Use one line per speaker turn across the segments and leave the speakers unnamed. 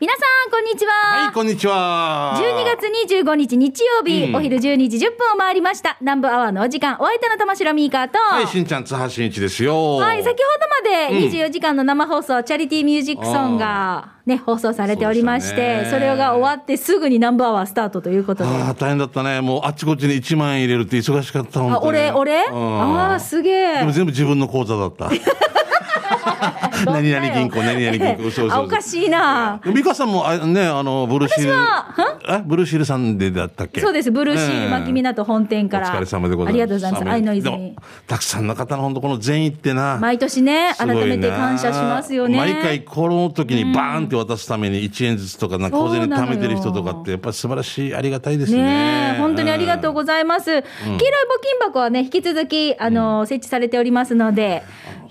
皆さん、こんにちは。
はい、こんにちは。
12月25日日曜日、
うん
お昼12時10分を回りました。南部アワーのお時間、お相手の玉城ミーカーと、
は、
はい
しんちゃん、津波しんいちですよ。
い、先ほどまで24時間の生放送、チャリティーミュージックソンが、ね、放送されておりまし
そうで
て、
し
そ
たね
れが終わってすぐに南部アワースタートということで。
ああ、大変だったね。もう、あっちこっちに1万円入れるって忙しかった、本
あ、
当に。
俺、俺
うん
ああ、すげ
で
え
も。全部自分の口座 だった。何々銀行、何々銀 行、そうそう
あ、
そう。
おかしいな。
美香さんも、あね、あの、ブルーシール。
私
えブルーシールさんでだったっけ
そうです、ブルーシール、牧
な
港本店
お
から。
疲れ様でござ
あ
います。
りがとうございます。愛の
でも
泉。
たくさんの方の本当この善意ってな。
毎年ね、
す
改
ごいな
めて感謝しますよね。
毎回この時にバーンって渡すために1円ずつとかなんか小銭貯めてる人とかってやっぱ素晴らしいありがたいですね
ねえ本当にありがとうございます。黄色い募金箱はね、引き続き、あの、設置されておりますので、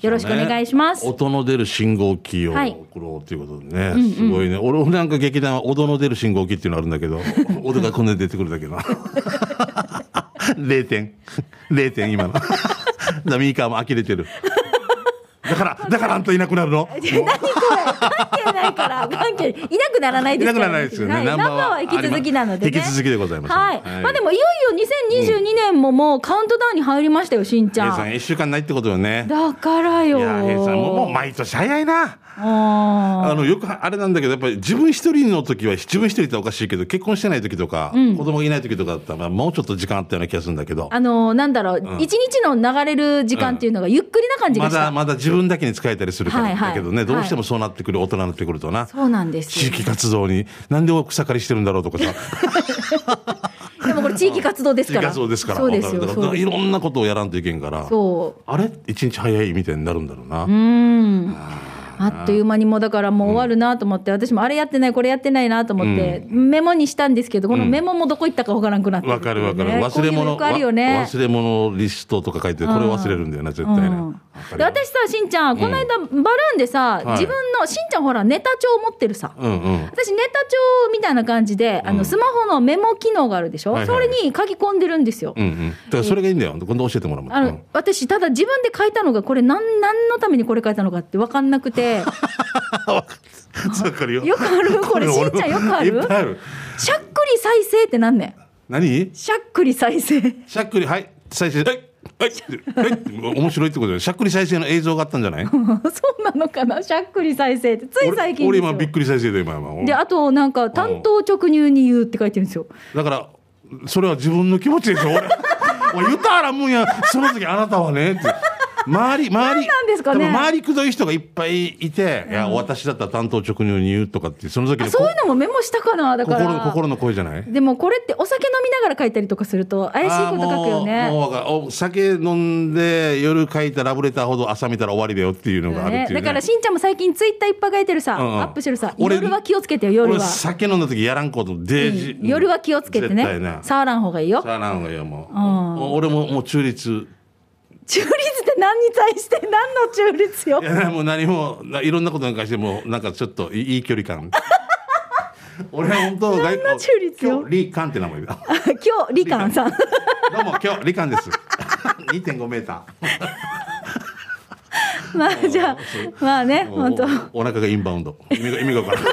よろしくお願いします。
音の出る信号機を
はい
送ろうということでね、すごいね俺なんか劇団は音の出る信号機っていうのあるんだ けど音がこんなに出てくるだけど 0点0点今の だからミーカーも呆れてるだからだからあんたいなくな るの
関係ないから、関係、いなくならないですから、
いなくならないですよね
はいナ
ナン
ン
バ
バ
ー
ー
は
は引き続きなので、ね。
引き続きでございます
はい。
はい
まあでも、いよいよ2022年ももうカウントダウンに入りましたよ、しんち
平
ゃ
さん
ん。
1週間ないってことよね
だから
い
よ。
や平さんもうもう毎年早いな
あ
あのよくあれなんだけどやっぱり自分一人の時は自分一人っておかしいけど結婚してない時とか、子供がいない時とかだったらまあもうちょっと時間あったような気がするんだけど
ーあの、なんだろう、一、日の流れる時間っていうのがゆっくりな感じ
ま
がした。
だまだ自分だけに使えたりするから、
はいはい
だけどねどうしてもそうなってくる、大人になってくるとな
そうなんですよ
地域活動になんで草刈りしてるんだろうと かさ
でもこれ地域活動です
地
か
域
ら。
活動ですから
そうです
だ
よ。
から
そう
い
です
ろんなことをやらんといけんから
そう。
あれ一日早いみたいになるんだろうな、
うん。あっという間にもうだからもう終わるなと思って、私もあれやってない、これやってないなと思って、メモにしたんですけど、このメモもどこ行ったかわからんくなって
わ
って
か
いう
る
ね
わかる。忘れ物、
こういうのよくあるよね。
わ忘れ物リストとか書いて、これ忘れるんだよな、絶対ね。
うん
わかる
で私さ、しんちゃん、この間、バルーンでさ、
はい
自分の、しんちゃんほら、ネタ帳持ってるさ、
うんうん。
私、ネタ帳みたいな感じで、あのスマホのメモ機能があるでしょ、
はいはい
それに書き込んでるんですよ。
うんうん。だからそれがいいんだよ。今度教えてもらうもん
あの、
うん
私、ただ自分で書いたのが、これなん、何のためにこれ書いたのかって分かんなく て、
わかるわかるよ。
よくあるこれ、し
俺
んちゃん、よくある
いっぱいある。
しゃっくり再生ってなんねん。
何
しゃっくり再 生。
しゃっくり、はい。再生、はい。はい。はい。面白いってことで、しゃっくり再生の映像があったんじゃない
そうなのかなしゃっくり再生って。つい最近で
俺俺
すよ
今びっくり再生だよ、今。今
で、あとなんか、担当直入に言うって書いてるんですよ。
だから、それは自分の気持ちでしょ、俺。 俺言ったらもんや、その時あなたはね、って。周り、周り、
なんですかね
多分周りくどい人がいっぱいいて、いや、私だったら担当直入に言うとかって、その時
あ
の
そういうのもメモしたかなだか
心の
ら。
心の声じゃない
でもこれってお酒飲みながら書いたりとかすると怪しいこと書くよ
あーも
ね。
うもうわかるお酒飲んで、夜書いたラブレターほど朝見たら終わりだよっていうのがあるっていう、
だ
ね。
からしんちゃんも最近ツイッターいっぱい書いてるさ、
うんうん
アップしてるさ、
俺
夜は気をつけてよ、夜は
俺。酒飲んだ時やらんことデージ、
うん夜は気をつけてね。
絶対な。さ
触らん方がいいよ。
あなんがいいよ、もう。
ん
俺ももう中立。
中立って何に対して何の中立よ
い。やもう何もないろんなことなんかしてもうなんかちょっといいいい距離感俺は本当外
何の中立よ
今日リカンって名前だ
今日、リカンさん。
どうも今日リカンです 2.5メータ
まあじゃあ、まあね、
ー
本当。わ
おお腹がインバウンド意味が意味が 分からん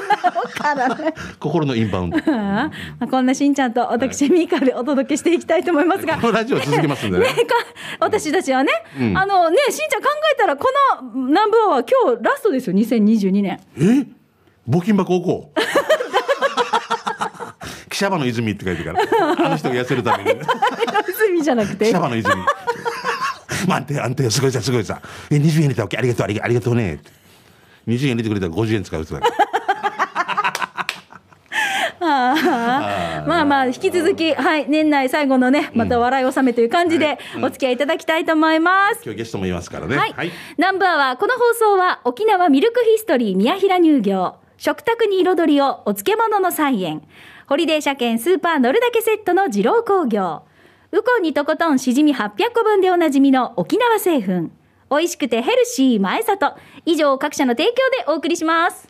からない。
心のインバウンドこ
まあこんなしんちゃんと私、ミカでお届けしていきたいと思います が。
のラジオ続きますんでね
ねか私たちはね、あのね、しんちゃん考えたら、この南部アワーは今日ラストですよ、2022年。
え募金箱置こう 記者場の泉って書いてるからあの人が痩せるた めに
泉じゃなく
記
て
者。場の泉まあ安定安定すごいさすごいさえ20円入れたわけありがとうありがありがとうねって20円入れてくれたら50円使うって だけ
あーまあまあ、引き続き、はい、年内最後のね、また笑い納めという感じで、お付き合いいただきたいと思います。
今日ゲストもいますからね。
はい。ナンバーは、この放送は沖縄ミルクヒストリー宮平乳業、食卓に彩りをお漬物の菜園、ホリデー車検スーパー乗るだけセットの二郎工業、ウコンにとことんしじみ800個分でおなじみの沖縄製粉、美味しくてヘルシー前里、以上各社の提供でお送りします。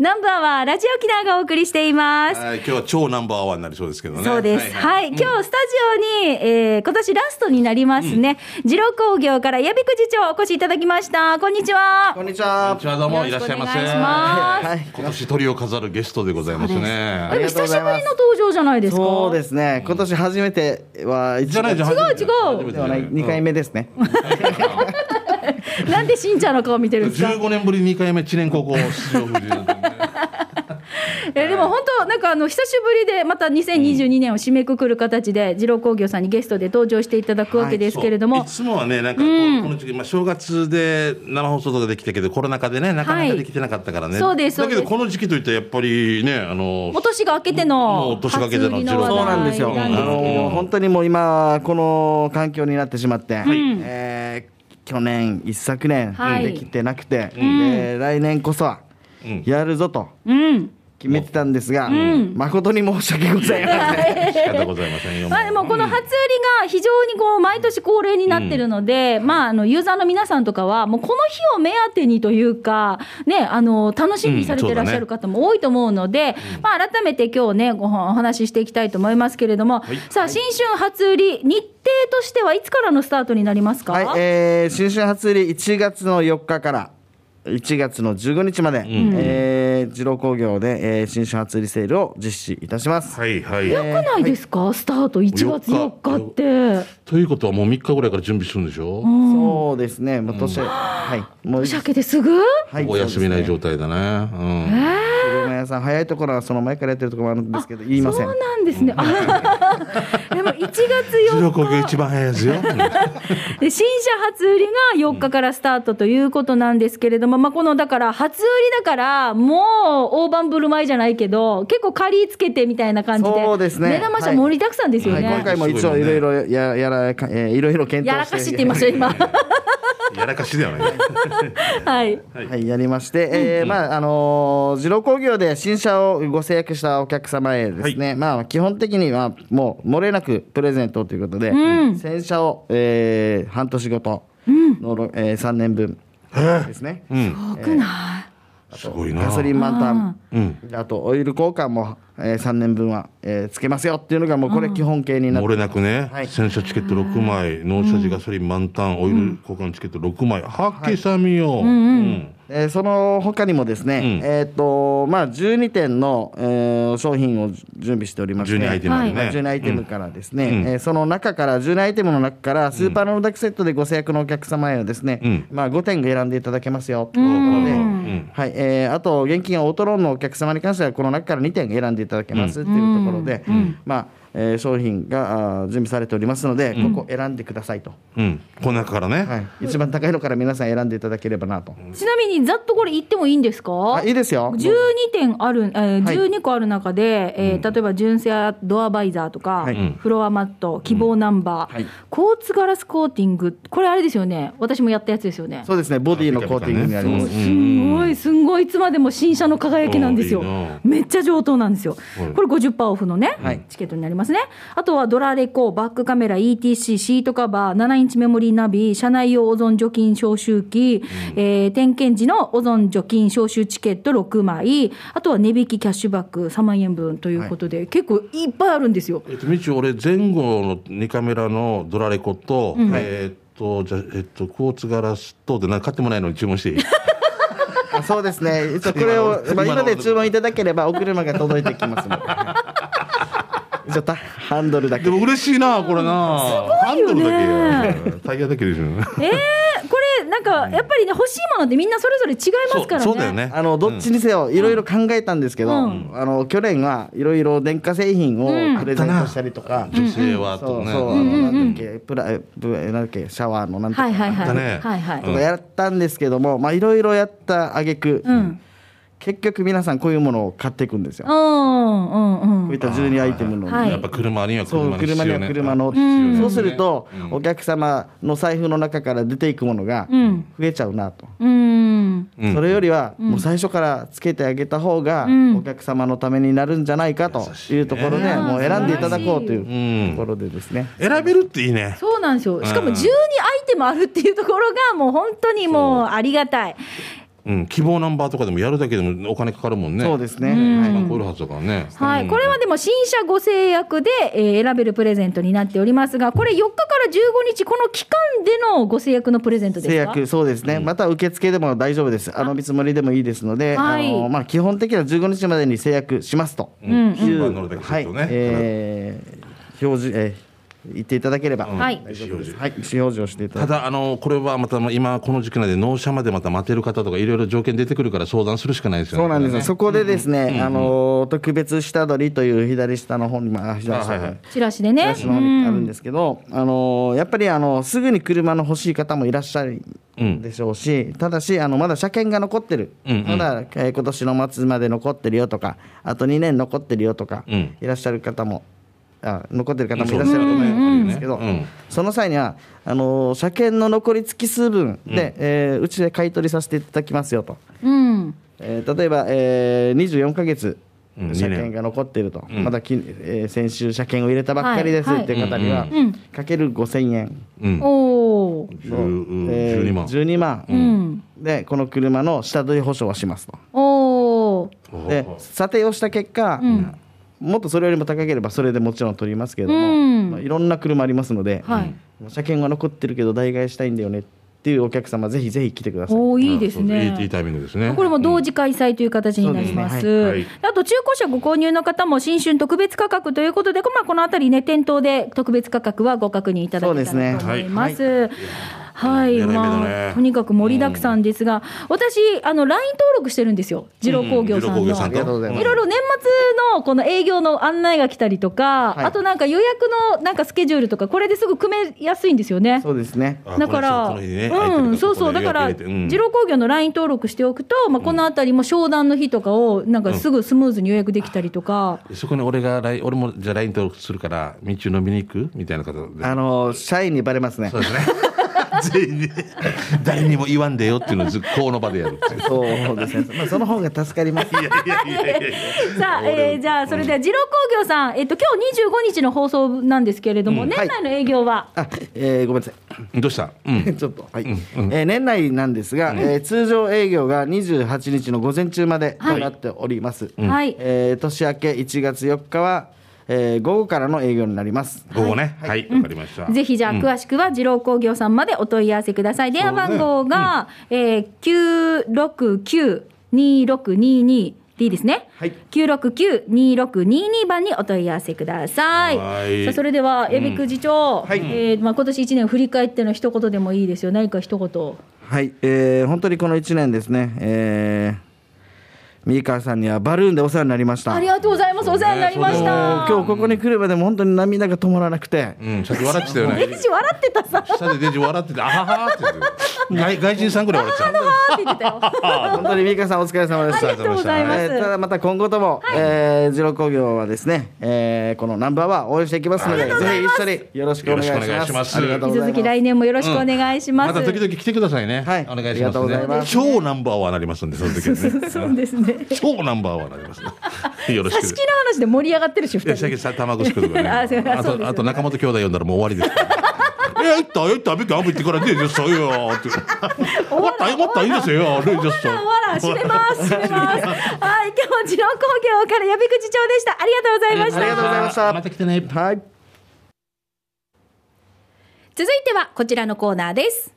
ナンバーはラジオ沖縄がお送りしています。
はい今日は超ナンバーワンになりそうですけどね。
そうです。はい、今日スタジオに、えー今年ラストになりますね。次郎工業から矢部く次長お越しいただきました。こんにちは。
こんにち
こん
は
に。ちはどうもいらっしゃい
よろしく
ませ。
お願いしま
はい。
今年鳥を飾るゲストでございます
あ
ね。
り
でも
が
久
とう
し
ご
ぶ
ざ
り
い
の
ます
登場じゃないですか。
そうですね。今年初めては一
じゃないじゃん。
違う違う
ではない二回目ですね。
なんでしんちゃんの顔見てるんですか
十。五年ぶり二回目知念高校出場夫人なんでね。
えーでも本当なんかあの久しぶりでまた2022年を締めくくる形で次郎工業さんにゲストで登場していただくわけですけれども、
そういつもはねなんかこう、この時期まあ正月で生放送とかできたけどコロナ禍でねなかなかできてなかったからね。
はいそうですそう
だ
で
け
す
どこの時期といったらやっぱりねあの
お年が明けて
もう
の
お年が明けての
初売り
二郎
そうなんですよ。
話
あ
題なんですけど
の本当にもう今この環境になってしまって、えー去年一昨年
はい
できてなくて、で来年こそは
うん
やるぞと
うん。
決めてたんですが、誠に申し訳ございません。
仕方ございませんよ。
まあでもこの初売りが非常にこう毎年恒例になってるので、まああのユーザーの皆さんとかはもうこの日を目当てにというかねあの楽しみにされてらっしゃる方も多いと思うので、まあ改めて今日ねご本お話ししていきたいと思いますけれども、さあ新春初売り日程としてはいつからのスタートになりますか？
はい、えー、新春初売り1月の4日から1月の15日まで、えー、二郎工業で、えー、新春初売りセールを実施いたします。
はいはい。
早くないですか、スタート1月4日って。
ということはもう三日ぐらいから準備するんでしょ。
そうですね、もう年、はい、もう、
年明けですぐ
はい
お休みない
そう
状態だね。うん。
ですね。うどん屋さん、早いところはその前からやってるところもあるんですけど、言いません
そう。なんですね。 でも1月
白
4
ロ工業
日
一番早いで すよ。
で新車初売りが4日からスタートということなんですけれども、まあ、このだから初売りだからもう大盤振る舞いじゃないけど結構借り付けてみたいな感じで
そうですね
目玉車盛りだくさんですよ
はい、
ね、
今回も一応いろいろややらか、えー、いろいろ検討して
やらかしって言いました今
やらかしだよね。
はい
はい、やりまして、えーまああのー、二郎工業で新車をご制約したお客様へですね、まあ基本的にはもう漏れなくプレゼントということで、洗車を、えー、半年ごとの、えー、3年分ですね、
うん。
多くない
すごいな。
ガソリン満タン、
うん。
あとオイル交換も、えー、3年分は、えー、つけますよっていうのがもうこれ基本形になっ
漏
て、
れなくね、
はい
洗車チケット6枚、納車時ガソリン満タン、オイル交換チケット6枚、はっけさみよう。うん
えーその他にもですね、
うん
えっ、とまあ12点の、えー、商品を準備しておりまして
12アイテムある
まあ
ね。
10アイテムからですね、
うん
えーその中から10アイテムの中からスーパーノルダックセットでご制約のお客様へはですね、
うん
まあ、5点選んでいただけますよと
う
いうことで、
ん。
はいえーあと現金やオートローンのお客様に関してはこの中から2点選んでいただけますっていうところで、まあえー商品があー準備されておりますので、ここ選んでくださいと、
うん。うん。この中からね。
はい、一番高いのから皆さん選んでいただければなと、
ちなみにざっとこれ言ってもいいんですか
あいいですよ
12点ある、えー、
はい
12個ある中で、えー例えば純正ドアバイザーとか、
はい
フロアマット、希望ナンバー、
はい
コーツガラスコーティング、これあれですよね、私もやったやつですよね。
そうですねボディのコーティングになります、
うん
すんごい、すんごい、いつまでも新車の輝きなんですよ
おーいいな。
めっちゃ上等なんですよ
はい。
これ50%オフのね
はい、
チケットになりますね。あとはドラレコ、バックカメラ、ETC、シートカバー、7インチメモリーナビ、車内用オゾン除菌消臭器、えー点検時のオゾン除菌消臭チケット6枚、あとは値引きキャッシュバック3万円分ということで、結構いっぱいあるんです よ。
えっと、みち俺、前後の2カメラのドラレコと、えーっと、じゃあえっと、コーツガラスと、で、なんか買ってもないのに注文していい
あそうですね。一応これを、まあ、
今の
今で注文いただければ、お車が届いてきますの で。ちょっとハンドルだけ
で。も嬉しいな、これな。す
ごいよね
ハンドルだけ。タイヤだけでしょ。
えー、これなんかやっぱりね、欲しいものってみんなそれぞれ違いますからね。
そうそうだよね。
あのどっちにせよいろいろ考えたんですけど、
うん
あの去年はいろいろ電化製品をプレゼントしたりとか、
女性は
そ
と
う
ね。
そう、あのなんだっけプラプなんだっけシャワーのなんとか
はいはいは
だ
い。
ね
はいはい。
とかやったんですけども、まあいろいろやった挙句、
ん
結局皆さんこういうものを買っていくんですよ。こ
うんうんう。
うんいった12アイテムの。
はい
やっぱ車には
そう
車の必
車に
要
は
ね。
車の、そうすると、お客様の財布の中から出ていくものが
ん
増えちゃうなと、
うん。
うん
それよりはもう最初からつけてあげた方がお客様のためになるんじゃないかというところで、
ね
もう選んでいただこうといううんところでですね、
選べるっていいね。
そうなんですよ。しかも
うん
12アイテムあるっていうところがもう本当にもうありがたい。
うん、希望ナンバーとかでもやるだけでもお金かかるもんね。
そう
で
ですね。はい
超えるはずだからね。
はい、
うん
これはでも新車ご制約で、えー選べるプレゼントになっておりますが、これ4日から15日、この期間でのご制約のプレゼントですか
制約、そうですね、また受付でも大丈夫です、あの見積もりでもいいですので、
はい
あのまあ、基本的には15日までに制約しますとい
ん
う、
うんうん
はい
うん
えー表示、えー言っていただければ、
はい
意思表示
はい、意思表示をしていただ
た
いて
だ、あの、これはまた、まあ今、この時期なんで、納車までまた待てる方とか、いろいろ条件出てくるから相談するしかないですよね。
そうなんです
これ
よ、
ね
そこでですね、あの特別下取りという左下の方に、まあ、左下
あはいはい
チラシでね。
チラシの方にあるんですけど、あのやっぱりあのすぐに車の欲しい方もいらっしゃるでしょうし、ただしあのまだ車検が残ってる、
うんうん
まだ、えー今年の末まで残ってるよとかあと2年残ってるよとか、
うん
いらっしゃる方もあ残ってる方も
そ
いうら
で
っし
す
ゃ
ね
ると思うんですけど、
うんうん
その際にはあの車検の残り月数分で、うえーうちで買い取りさせていただきますよと。
うん。
えー例えば、えー、24か月
うん
車検が残っていると、まだき、えー先週車検を入れたばっかりです
はい
っていう方には、
うんうん
かける5000円
うん。
おー。
十うん
えー
12万。
12万
うん。
でこの車の下取り保証はしますと
おー。
で査定をした結果、もっとそれよりも高ければそれでもちろん取りますけれども、
うん
まあ、いろんな車ありますので、
はい
もう車検が残ってるけど代替えしたいんだよねっていうお客様ぜひぜひ来てください。
おー、いいですね。
いいいいタイミングですね。
これも同時開催という形になります。
そう
ですねはい
あと、中古車ご購入の方も、新春特別価格ということで、まあ、このあたりね、店頭で特別価格はご確認いただけたらと思います。はい、
いやー
ま
いやいや
あ、
ね
とにかく盛りだくさんですが、私、あの、LINE 登録してるんですよ。二郎工業さんの。
うん二郎工業さん
ありがとうございます
いろいろ年末のこの営業の案内が来たりとか、
はい
あとなんか予約のなんかスケジュールとか、これですぐ組めやすいんですよね。
そうですね
あ
だから、
この人この日ね空いてる
うん、そうそう、だ
こ
か
こで
ら、
予約入れてうん
二郎工業の LINE 登録しておくと、まあ、このあたりも商談の日とかを、なんかすぐスムーズに予約できたりとか、
そこに俺が来、俺もじゃあ LINE 登録するから、道中飲みに行くみたいな方で。
あの社員にバレますね
そう ですね。全員に、誰にも言わんでよっていうのをず、この場でやるっていう。
そうですね。まあその方が助かります。
さあ、えーじゃあ、それでは二郎工業さん、えっと今日25日の放送なんですけれども、
はい
年内の営業は、
あ、えーごめんなさい。
どうしたうん。
ちょっと、はいえー年内なんですが、えー通常営業が28日の午前中までとなっております。
はい、
えー年明け1月4日は、えー午後からの営業になります。
午後ね。はい、わ、かりました。
ぜひじゃあ、詳しくは二郎工業さんまでお問い合わせください。電話番号が、えー、969-2622でいいですね。
はい
969-2622番にお問い合わせください。
はい
さあそれでは、エビク次長、
はい
えーまあ、今年一年を振り返っての一言でもいいですよ。何か一言。
はい、えー本当にこの1年ですね、えー、三川さんにはバルーンでお世話になりました。
ありがとうございます。お世話になりまし
もう
た。
今日ここに来るまでも本当に涙が止まらなくて、
うん、さっき笑ってたよ
デ
ね。
ジ笑ってた さ。
下でデジ笑ってて、あははーって言ってる外外人さんぐらい笑っちゃう。
あーって言ってたよ。
本当に三川さんお疲れ様でし
ありが。
た
とうございます。
えーただまた今後とも、えー、ジロ工業はですね、えーこのナンバーワン応援していきますので、ぜひ一緒によろしくお願いし
よろしくお願
ま
い
す。
します
ありがとう
引き続
ございま
き
す。
来年もよろしくお願いします。
また時々来てくださいね。
はい
お願い
あり
し
が
ま
とう
す
ござ
ね
います。
超ナンバーワンになりますんで、その時は ね。
そうですね。
超ナンバーワンになりますね。よろし
差
く。
し木の話で盛り上がってるし、
いや
二
最
人
近。さ卵作るとかね。
あそうか
あ
そうですよね
とあと中本兄弟呼んだらもう終わりですから。 え行った行ったべきあんま行ってからねえじそうよって。終わった終わったいいですよ。ねえじ
わら
ゃ
わら、閉めます、閉めます。はい、今日 も次郎工業から矢部口長でした。ありがとうございました。
ありがとうございました
また来てね。
はい。
続いてはこちらのコーナーです。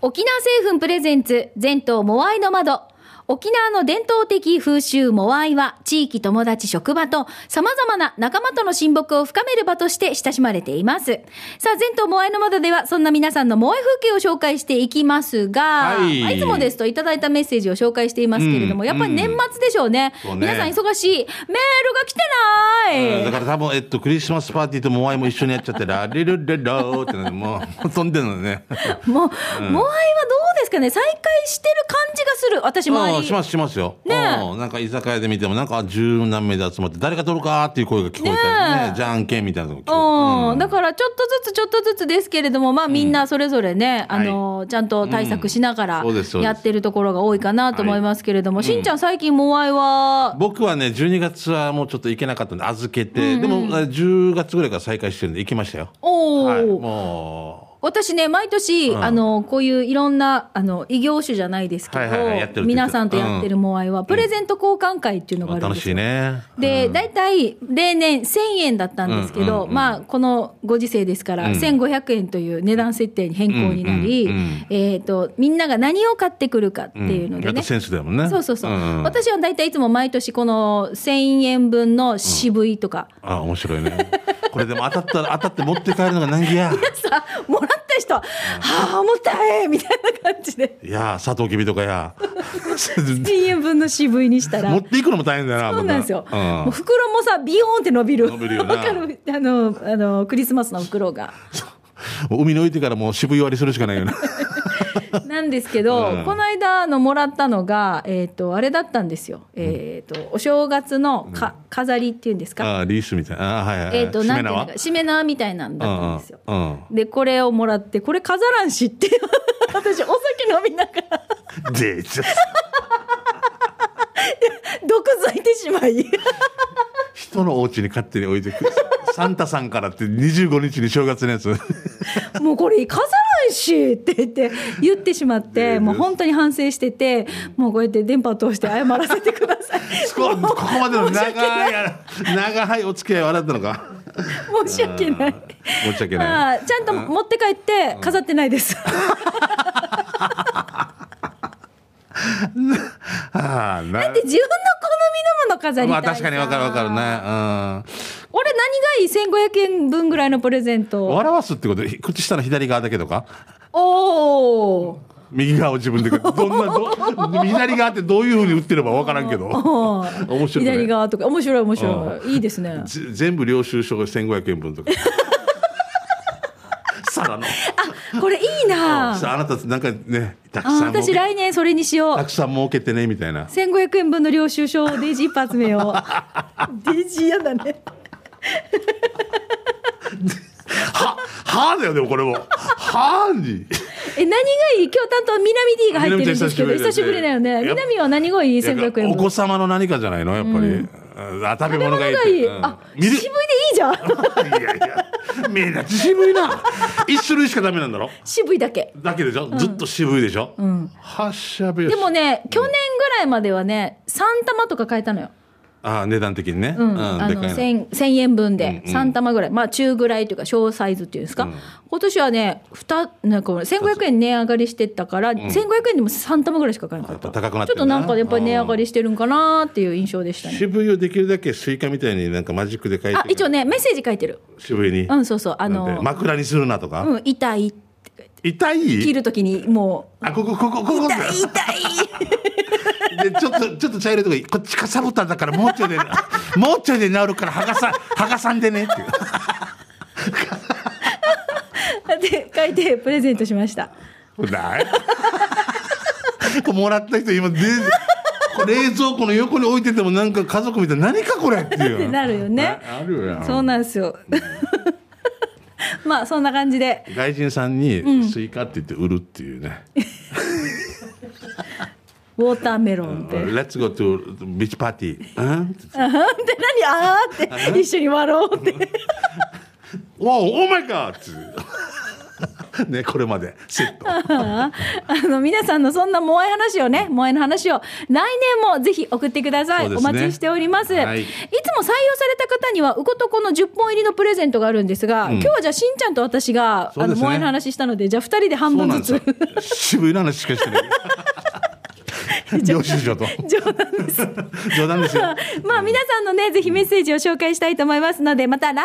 沖縄製粉プレゼンツ全島モアイの窓。沖縄の伝統的風習モアイは地域友達職場と様々な仲間との親睦を深める場として親しまれています。さあ、全島モアイの窓ではそんな皆さんのモアイ風景を紹介していきますが、
はい
まあいつもですといただいたメッセージを紹介していますけれども、やっぱり年末でしょうね。
そうね
皆さん忙しい。メールが来てない、
だから多分えっとクリスマスパーティーとモアイも一緒にやっちゃってラリルレローってねもう飛んでるのね。
もう、モアイはどうですかね、再開してる感じがする、私、周
うん
り。
しますしますよ。
ねえ
うんなんか居酒屋で見てもなんか十何名で集まって誰が取るかっていう声が聞こえた
ね
り
え
ねじゃんけんみたいなのが聞こえ
うん、だからちょっとずつちょっとずつですけれども、まあ、みんなそれぞれね、あのちゃんと対策しながら
うんそうですそうです
やってるところが多いかなと思いますけれども、しんちゃん、最近、モアイは、
僕はね、12月はもうちょっと行けなかったんで、預けて、でも、え10月ぐらいから再開してるんで、行きましたよ。
おお、
はい、も
私ね、毎年、
うん
あの、こういういろんな、あの、異業種じゃないですけど、
はいはいはいやってるって言ってた
皆さんとやってるモアイは、プレゼント交換会っていうのがあるん
楽
です
し
よ
いね。
で、
うん
大体、例年1000円だったんですけ
うんうん
ど、
うん
まあ、このご時世ですから、
うん
1500円という値段設定に変更になり
うんうんうん、
えっと、みんなが何を買ってくるかっていうの
や
で
っぱ
ね。
センスだもんね。
そうそうそう。
ん
私は大体いつも毎年この1000円分の渋いとか、
あ、面白いね。 これでも当たったら、当たって持って帰るのが難儀や。
さ、もらった人は、はあ、重たいみたいな感じで。
いやー、砂糖きびと かや。
1000円分の渋いにしたら。
持っていくのも大変だよな。
そうなんですよ。
また
もう袋もさ、ビヨーンって伸びる。
伸びるよな
わかる。あの、あの、クリスマスの袋が。
うん。海に置いてからもう渋い割りするしかな いよな。
なんですけど、
うん
この間あのもらったのが、えっ、と、あれだったんですよ。えっ、と、お正月のか、飾りっていうんですか。
あーリースみたいな。あーはいはい。
えっ、と、なんていうの
は
か、しめ縄みたいなんだったんですよ。
うんうんうん
で、これをもらって、これ飾らんしって、 私、お酒飲みながら、
で、ちょ
毒づいてしま い。
人のお家に勝手に置いてく。サンタさんからって25日に正月の やつ。
もうこれ飾らんしって言って言ってしまって、もう本当に反省してて、もうこうやって電波を通して謝らせてください。
ここ
もう
までの
申し訳
長
ない
い、長いお付き合い笑ったのか。
申し訳ない。
申し訳
ま
ない。
あ、ちゃんと持って帰って飾ってないです。
ああ、
で
な
自分の好みのもの飾り
ま
たい
あ
さ
確かにわかるわかるね。
俺何がいい1500円分ぐらいのプレゼン
うん。
ト
笑わすってこと、こっち下の左側だけとか
おー
右側を 自分で、どんな、ど左側ってどういうふうに打ってればわからんけど。
おー
面白いね
左側とか面白い面白いいいですね
ぜ全部領収書が1500円分とか。 さらの。
あこれいいな
さああなたなんかね、たく
あ
さん儲
私
け、
来年それにしよう
たくさん儲けてね、みたいな。
1500円分の領収書をデイジー一発目をデイジー嫌だね
は、はーだよ、でもこれも。はーに。
え何がいい今日担当南 D が入ってるんですけど
南ちゃん
久
久し
し
ぶ
ぶ
り
り
だ
だ
よ
よ
ね
ね南は何がいい1500円
お
分
子様の何かじゃないのやっぱり。あ食べ物がいいって。
いい
うん
あ
見
渋い
る
でいいじゃん
いやいや、目立ち渋いな。一種類しかダメなんだろ
渋いだけ
だけでしょ、ずっと渋いでしょ、うはっしゃべよし
でもね、去年ぐらいまではね、3玉とか買えたのよ。
ああ値段的にね、
うん。
うん
あ
で
の、
かい
1000 1000円分で、
うんうん
3玉ぐらい。まあ、中ぐらいというか、小サイズっていうんですか。今年はね、ふたなんか、1500円値上がりしてったから、1500円でも3玉ぐらいしか買えなかった。
やっぱ高くなっ
ち
て
ょっ
んだ
と
な
なんかやっぱり値上がりしてるんかなっていう印象でしたね。
渋いをできるだけスイカみたいになんかマジックで書いて
あ、一応ね、メッセージ書いてる。
渋いに、
うん、そうそう。あ
なんて
の、
枕にするなとか、
うん、痛い。
痛い
切るときに、も
あこここここ
う、
こ
痛い、痛い。
でちょっとちょっと茶色いとここっちかさぶったんだからもうちょいでもうちょいで治るから剥がさ剥がさんでねっていう
で、書いてプレゼントしました。
ないこれもらった人今でこれ冷蔵庫の横に置いててもなんか家族みたいな何かこれっていう
ってなるよ ね
ああるよな
そうなんですよ。 まあそんな感じで
外人さんにスイカって言って売るっていうね、
ウォーターメロンって。 で
Let's go to beach party うん
何あーって一緒に笑おうって。
Wow, oh my god っていう ねこれまでセット
あの皆さんのそんな萌え話をね、萌えの話を来年もぜひ送ってください。
そうで
お
すね
待ちしております、。
はいい
つも採用された方にはうことこの10本入りのプレゼントがあるんですが、今日はじゃあしんちゃんと私が、
そう
あ
で
の
すね
萌えの話したので、じゃあ2人で半
そう
分
なん
ず
です
つ
よ。渋いな話しかしてない 領収書と
冗談です。
冗談ですよ
まあ皆さんのね、ぜひメッセージを紹介したいと思いますので、また来
は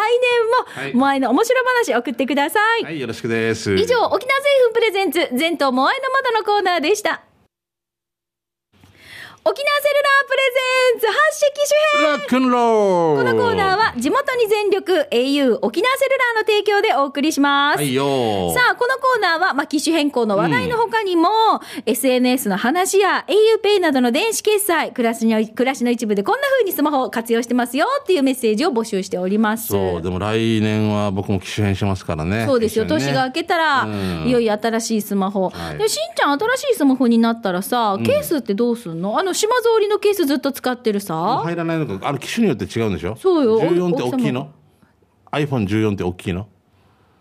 年
い
も、モアイの面白話送ってください。
はいよろしくです
以上、沖縄製粉プレゼンツ、全島モアイの窓のコーナーでした。沖縄セルラープレゼンツ、発式周辺
ロックンロー
こ
ル
のコーナーは、地元に全力 au 沖縄セルラーの提供でお送りします。
はいよ
さあ、このコーナーは、まあ、機種変更の話題の他にも、SNS の話や auPay などの電子決済、暮らしの、暮らしの一部でこんな風にスマホを活用してますよっていうメッセージを募集しております。
そうでも来年は僕も機種変しますからね
そうですよ、
一緒にね
年が明けたら、
うん
いよいよ新しいスマホ、
はい
でもしんちゃん、新しいスマホになったらさ、ケースってどうすんの、あの島ぞうりのケースずっと使ってるさ、
入らないのかあの機種によって違うんでしょ
そうよ
14って大きい
大き
の iPhone14 って大きいの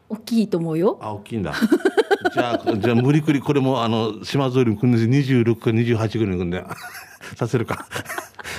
大きいと思うよ。
あ、大きいんだ。 じゃあ、じゃあ、無理くり、これも、あの、島ぞりもくんです。26か28ぐらいに来るんで、 させるか。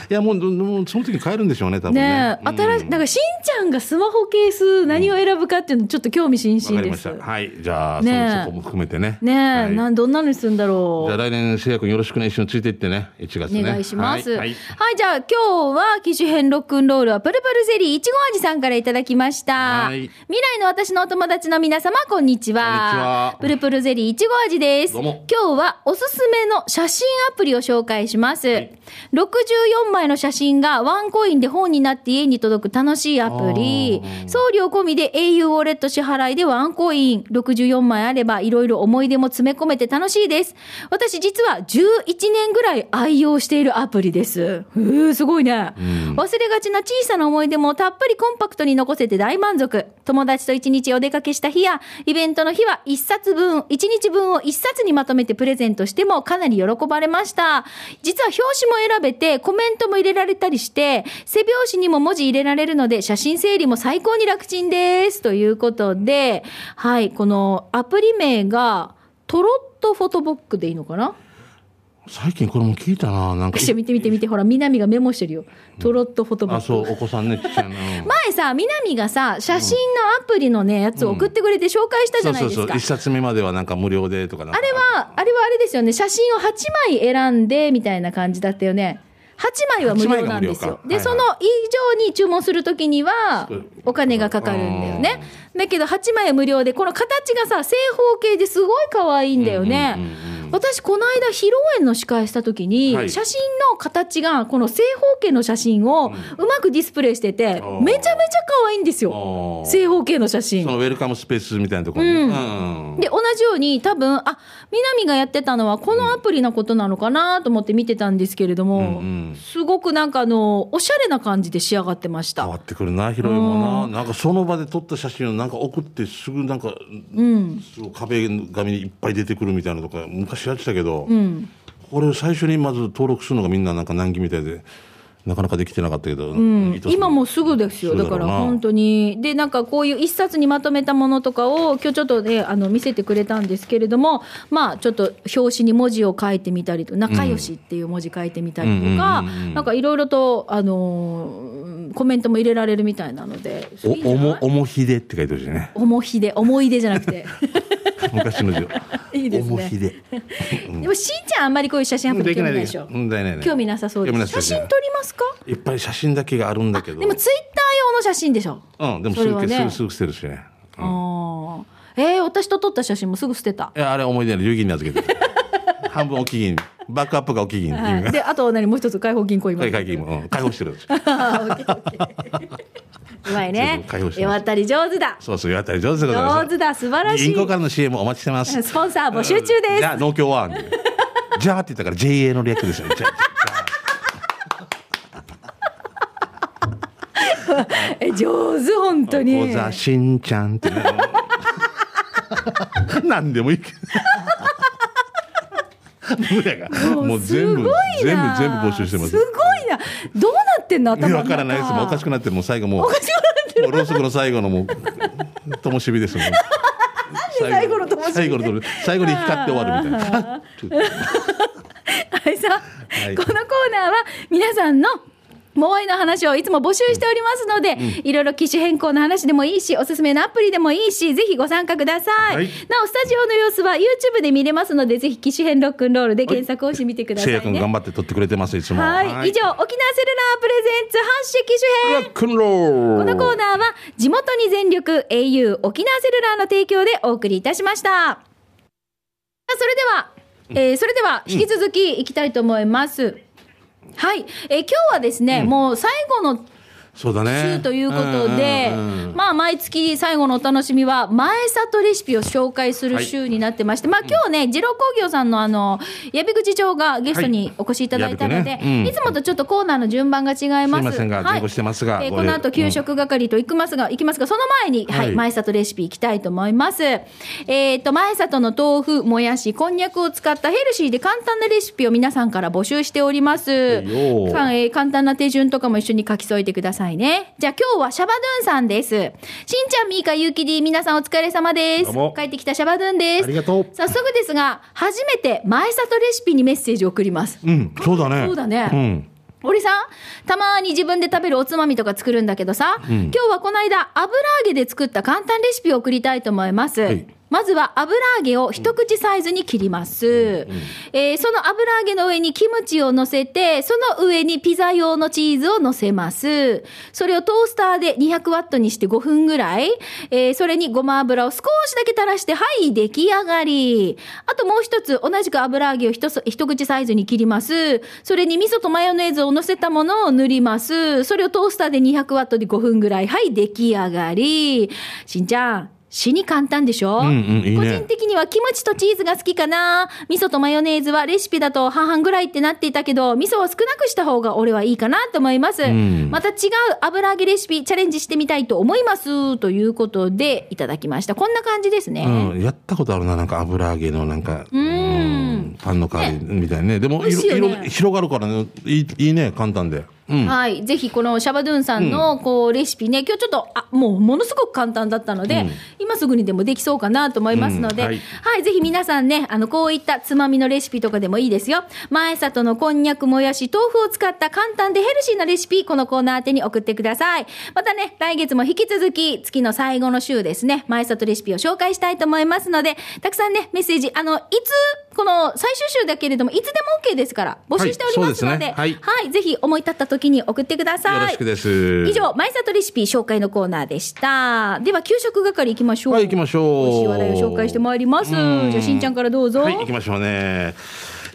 いや、もう、どもうその時帰るんでしょうね、多分ね
ね。え、新しい、なんかしんちゃんがスマホケース何を選ぶかっていうのちょっと興味津
わ
々
かり
で。
ますした。はい。じゃあ、
ねえ
そそこも含めてね。
ねえ、
はい
なんどんなのにするんだろ
じゃあ
う。
来年、せいや君よろしくね、一緒についていってね、1月ね。
お願いします。はい、
はい。
じゃあ今日は機種編ロックンロールはプルプルゼリーいちご味さんからいただきました。
はい
未来の私のお友達の皆様こんにちは。
こんにちは
プルプルゼリーいちご味です。
どうも
今日はおすすめの写真アプリを紹介します。
はい
64枚の写真がワンコインで本になって家に届く楽しいアプリ
あ。ー
送料込みで au ウォレット支払いでワンコイン64枚あればいろいろ思い出も詰め込めて楽しいです。私実は11年ぐらい愛用しているアプリです。へーすごいね。忘れがちな小さな思い出もたっぷりコンパクトに残せて大満足。友達と一日お出かけした日や、イベントの日は一冊分、一日分を一冊にまとめてプレゼントしてもかなり喜ばれました。実は表紙も選べて、コメントも入れられたりして、背表紙にも文字入れられるので、写真整理も最高に楽ちんです。ということで、はい、このアプリ名が、トロットフォトボックでいいのかな
最近これも聞いたな、なんか。
私見て見て見て、ほら、南がメモしてるよ。トロットフォトボッ
あ、
ク。
そう、お子さんね、ちっちゃいの。うん
前さ、南がさ、写真のアプリのね、やつを送ってくれて紹介したじ
そ
ゃ
う
ない
そう
ですか。
そう、1冊目まではなんか無料でとかなんか
あれは、あれはあれですよね、写真を8枚選んでみたいな感じだったよね。8枚は無料なんですよで、
8枚が無料。かはいはい
その以上に注文するときには
そう、
お金がかかるんだよね。だけど、8枚は無料で、この形がさ、正方形ですごい可愛いんだよね。
うんうんうん
私、この間、披露宴の司会したときに、
はい
写真の形が、この正方形の写真をうまくディスプレイしてて、
ー
めちゃめちゃ可愛いんですよ。
あー
正方形の写真
そ。のウェルカムスペースみたいなところにね、うん
で同じように多分あ南がやってたのはこのアプリのことなのかなと思って見てたんですけれども、
うんうん
すごくなんかあのおしゃれな感じで仕上がってまし
変わ
た。
ってくるな、広いもんな。なんかその場で撮った写真をなんか送ってすぐなんか、すごい壁紙にいっぱい出てくるみたいなのとか、昔やってたけど、これを最初にまず登録するのがみんななんか難儀みたいで、なかなかできてなかったけど、伊藤さん
今もうすぐですよ
そう
だ
だ
か
ろうな
ら本当にでなんかこういう一冊にまとめたものとかを今日ちょっとねあの見せてくれたんですけれどもまあちょっと表紙に文字を書いてみたりと「仲良し」っていう文字書いてみたりとか、
うんうんうんうん
なんかいろいろとあのーコメントも入れられるみたいなので
お、
いいんじゃ
お
ない。
も、おもひでって書いてほしいね
思い出思い出じゃなくて
昔の字 を。
いいですね
おもひで。
でもしんちゃんあんまりこういう写真アプリ興味ないでしょ
うんだよね
興味なさそうで
興味
す
なさ
写
そう
真撮りますか
いっぱい写真だけがあるんだけど。
でもツイッター用の写真でしょ、
うん、でも
そ
す
れ
ぐ
は
消す、
ね
すぐ捨てるしね。
ああえー、私と撮った写真もすぐ捨てた
いやあれ思い出ない、遊戯に預けてる。 半分お期限に。バックアップがお期限に。
は
意味
い、
が
であとは何もう一つ開放銀行今
解放 期限も、うん解放してる。
うまいね
そうそう開放して
世
ます
渡り上手だ
そうそう、やったり上手でございます。
上手だ素晴らしい
銀行からの CM お待ちしてます。
スポンサー募集中です
じゃあ、農協は。じゃあって言ったから JA の略ですよ。じゃあ
え上手本当
じゃあ
に
小座しんちゃんってね。 何でもいいけど。胸がもう全部
すごい
全部
な
全部募集してます
すごいなどうなってんの
いや
頭の
わ
中
からないですもうおかしくなってるもう最後も
お
う
かしくなって
もうろうそくの最後のも うともしびですもん
最後の灯火
最後の灯火最後に光って終わる みたいな
はいさ、
はい
このコーナーは皆さんのモアイの話をいつも募集しておりますので、いろいろ機種変更の話でもいいし、おすすめのアプリでもいいし、ぜひご参加ください。
はい
なお、スタジオの様子は YouTube で見れますので、ぜひ機種変ロックンロールで検索をしてみてくださ
せい
い
やくん
ね。
頑張って撮ってくれてますいつも
はい、以上、沖縄セルラープレゼンツ、阪神機種
ロ
編
ックンロー
こ
ル
のコーナーは、地元に全力 au 沖縄セルラーの提供でお送りいたしました。それでは、えーそれでは引き続きいきたいと思います。はい、えー今日はですね、もう最後の
そうだね
週ということで、
うんうんうん
まあ毎月最後のお楽しみは前里レシピを紹介する週になってまして、まあ今日ね次郎工業さんのあの矢部口長がゲストにお越しいただいたので、
はい矢部ねうん
いつもとちょっとコーナーの順番が違います。
すいませんが
はい
前後してますが
えー
ご
こ
了
の後給食係と行きますが、行きますがその前に、はい
はい
前里レシピ行きたいと思います。えっ、と前里の豆腐、もやし、こんにゃくを使ったヘルシーで簡単なレシピを皆さんから募集しております。
いよ
かえー簡単な手順とかも一緒に書き添えてください。さいね。じゃあ今日はシャバドゥンさんです。しんちゃん、みーか、ゆうきり、皆さんお疲れ様で
ど
す
うも。
帰ってきたシャバドゥンです。
ありがとう
早速ですが、初めて前里レシピにメッセージを送ります。
うん、そうだね。
そうだね
うん。
俺さんたまに自分で食べるおつまみとか作るんだけどさ、今日はこの間油揚げで作った簡単レシピを送りたいと思います、
はい
まずは油揚げを一口サイズに切ります、えーその油揚げの上にキムチを乗せてその上にピザ用のチーズを乗せますそれをトースターで200ワットにして5分ぐらい、えーそれにごま油を少しだけ垂らしてはい出来上がりあともう一つ同じく油揚げを一そ一口サイズに切りますそれに味噌とマヨネーズを乗せたものを塗りますそれをトースターで200ワットで5分ぐらいはい出来上がりしんちゃん死に簡単でしょ、
うんうんいいね
個人的にはキムチとチーズが好きかな味噌とマヨネーズはレシピだと半々ぐらいってなっていたけど味噌は少なくした方が俺はいいかなと思います、
ん
また違う油揚げレシピチャレンジしてみたいと思いますということでいただきましたこんな感じですね、
うん、やったことあるな、なんか油揚げのなんか、うんパンの代わりみたいなね。でも、
美味しいよね
色広がるからね、いいいいね、簡単で。うん。
はい、ぜひこのシャバドゥンさんのこうレシピね、今日ちょっとあもうものすごく簡単だったので、今すぐにでもできそうかなと思いますので、
うん
は
はいい、
ぜひ皆さんね、あのこういったつまみのレシピとかでもいいですよ。前里のこんにゃくもやし豆腐を使った簡単でヘルシーなレシピこのコーナー宛てに送ってください。またね、来月も引き続き月の最後の週ですね、前里レシピを紹介したいと思いますので、たくさんねメッセージあのいつこの最終週だけれどもいつでも OK ですから募集しておりますので、
はいそうですねはい
はい、ぜひ思い立った時に送ってください。
よろしくです
以上、前里レシピ紹介のコーナーでした。では、給食係行きましょう。
はい、行きましょう。
美味しい話題を紹介してまいります。じ
うん
ゃあ、しんちゃんからどうぞ。
はい、行きましょうね。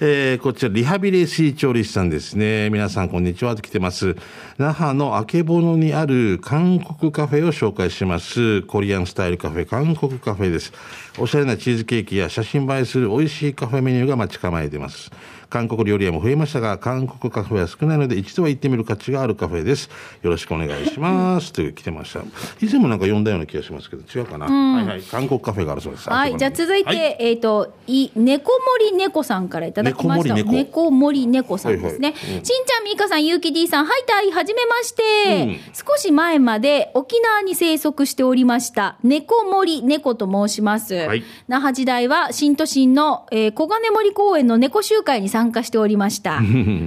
えーこちら、リハビリシー調理師さんですね。皆さん、こんにちは。来てます。那覇のあけぼのにある韓国カフェを紹介します。コリアンスタイルカフェ、韓国カフェです。おしゃれなチーズケーキや写真映えする美味しいカフェメニューが待ち構えています。韓国料理屋も増えましたが、韓国カフェは少ないので、一度は行ってみる価値があるカフェです。よろしくお願いします。という来てました。以前もなんか呼んだような気がしますけど、違うかな。はいはい。韓国カフェがあるそうです。
はい、じゃあ続いて、
は
えっ、と、い、猫森猫さんからいただきました。
猫森猫
猫森猫さんですね。
はいはいうん
しんちゃん、みーかさん、ゆうき D さん、はい、たい、はじめまして、少し前まで沖縄に生息しておりました、猫森猫と申します。
い
那覇時代は新都心の、えー小金森公園の猫集会に参加しておりました。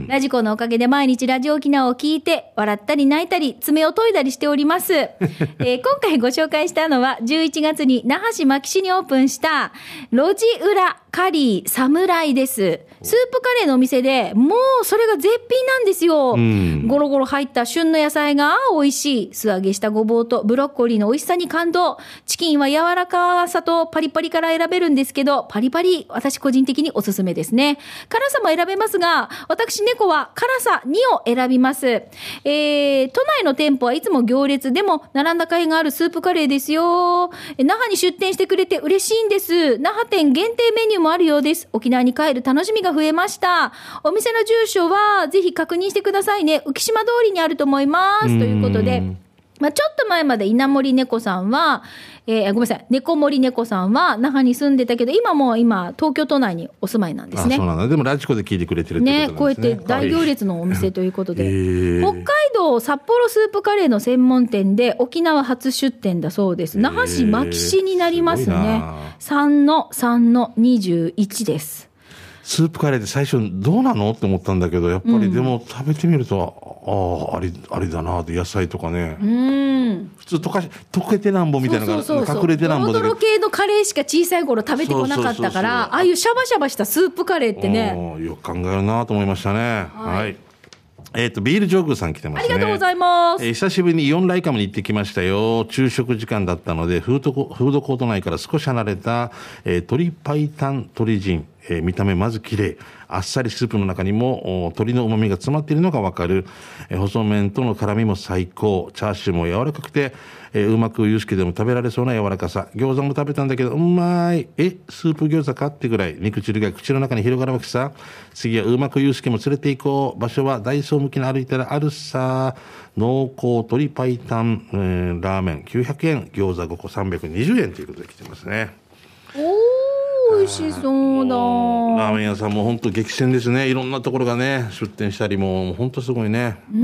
ラジコのおかげで毎日ラジオ沖縄を聞いて、笑ったり泣いたり、爪を研いだりしております。えー今回ご紹介したのは、11月に那覇市牧市にオープンした、路地裏カリーサムライです。スープカレーのお店でもうそれが絶品なんですよ。ゴロゴロ入った旬の野菜が美味しい。素揚げしたごぼうとブロッコリーの美味しさに感動。チキンは柔らかさとパリパリから選べるんですけど、パリパリ、私個人的におすすめですね。辛さも選べますが、私猫は辛さ2を選びます。えー、都内の店舗はいつも行列でも、並んだ甲斐があるスープカレーですよ。え那覇に出店してくれて嬉しいんです。那覇店限定メニューもあるようです。沖縄に帰る楽しみが増えました。お店の住所はぜひ確認してくださいね。浮島通りにあると思います。ということで。まあ、ちょっと前まで稲森猫さんは、えーごめんなさい、猫森猫さんは那覇に住んでたけど、今もう今、東京都内にお住まいなんですね
あそう。なんだ。でもラジコで聞いてくれてるって
ね、
こ
こう
とな
やっ
んですね。
て大行列のお店ということで、
はいへー
北海道札幌スープカレーの専門店で沖縄初出店だそうです。那覇市牧市になります
すごい
ね
な。
3の3の21です。
スープカレーって最初どうなのって思ったんだけど、やっぱりでも食べてみると、ああ、あり、ありだなって、野菜とかね。
うん。
普通溶かし、溶けてなんぼみたいなの
そうそう
が
そう
隠れてなんぼ
ド
だ
ロドロ
けど。
系のカレーしか小さい頃食べてこなかったか
そうそうそう
ら、
そう
ああいうシャバシャバしたスープカレーってね。
うんよく考えるなと思いましたね。
はい
はい。えっと、ビールジョーグさん来てま
あ
す
り
ね。
がとうございます。
えー久しぶりにイオンライカムに行ってきましたよ。昼食時間だったので、フードコフードコート内から少し離れた、えー鶏白湯鶏陣。えー見た目まず綺麗。あっさりスープの中にもお鶏の旨味が詰まっているのがわかる。えー細麺との絡みも最高。チャーシューも柔らかくて、えーうまくユースケでも食べられそうな柔らかさ。餃子も食べたんだけど、うまい。え、スープ餃子かってぐらい、肉汁が口の中に広がるわけさ。次はうまくユースケも連れて行こう。場所はダイソー向きに歩いたらあるさ。濃厚鶏白湯、えーラーメン900円、餃子5個320円ということで来てますね。
お美味しそうだ。
もうラーメン屋さんも本当激戦ですね。いろんなところがね、出店したりも、本当すごいね。な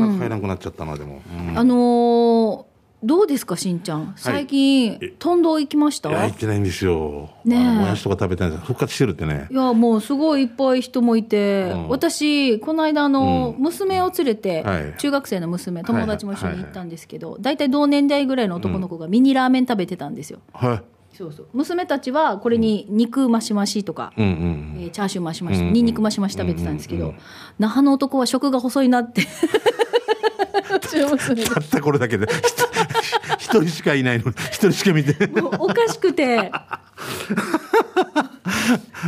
かなか入らなくなっちゃったな、でも。うん
あのーどうですか、しんちゃん。最近、
え
トンド行きました
いや、行ってないんですよ。
ねえ
あのもやしとか食べたいんです復活してるってね
い。やもうすごいいっぱい人もいて、
うん
私、この間あの、娘を連れて、
はい
中学生の娘、友達も一緒に行ったんですけど、大体同年代ぐらいの男の子がミニラーメン食べてたんですよ、
は
そうそう娘たちはこれに肉増し増しとか、
い。うんうん。
えーチャーシュー増し増し、ニンニク増し増し食べてたんですけど、那覇の男は食が細いなって、うちの娘が
たったこれだけで。 一人しかいないのに、一人しか見て。
もうおかしく て。あ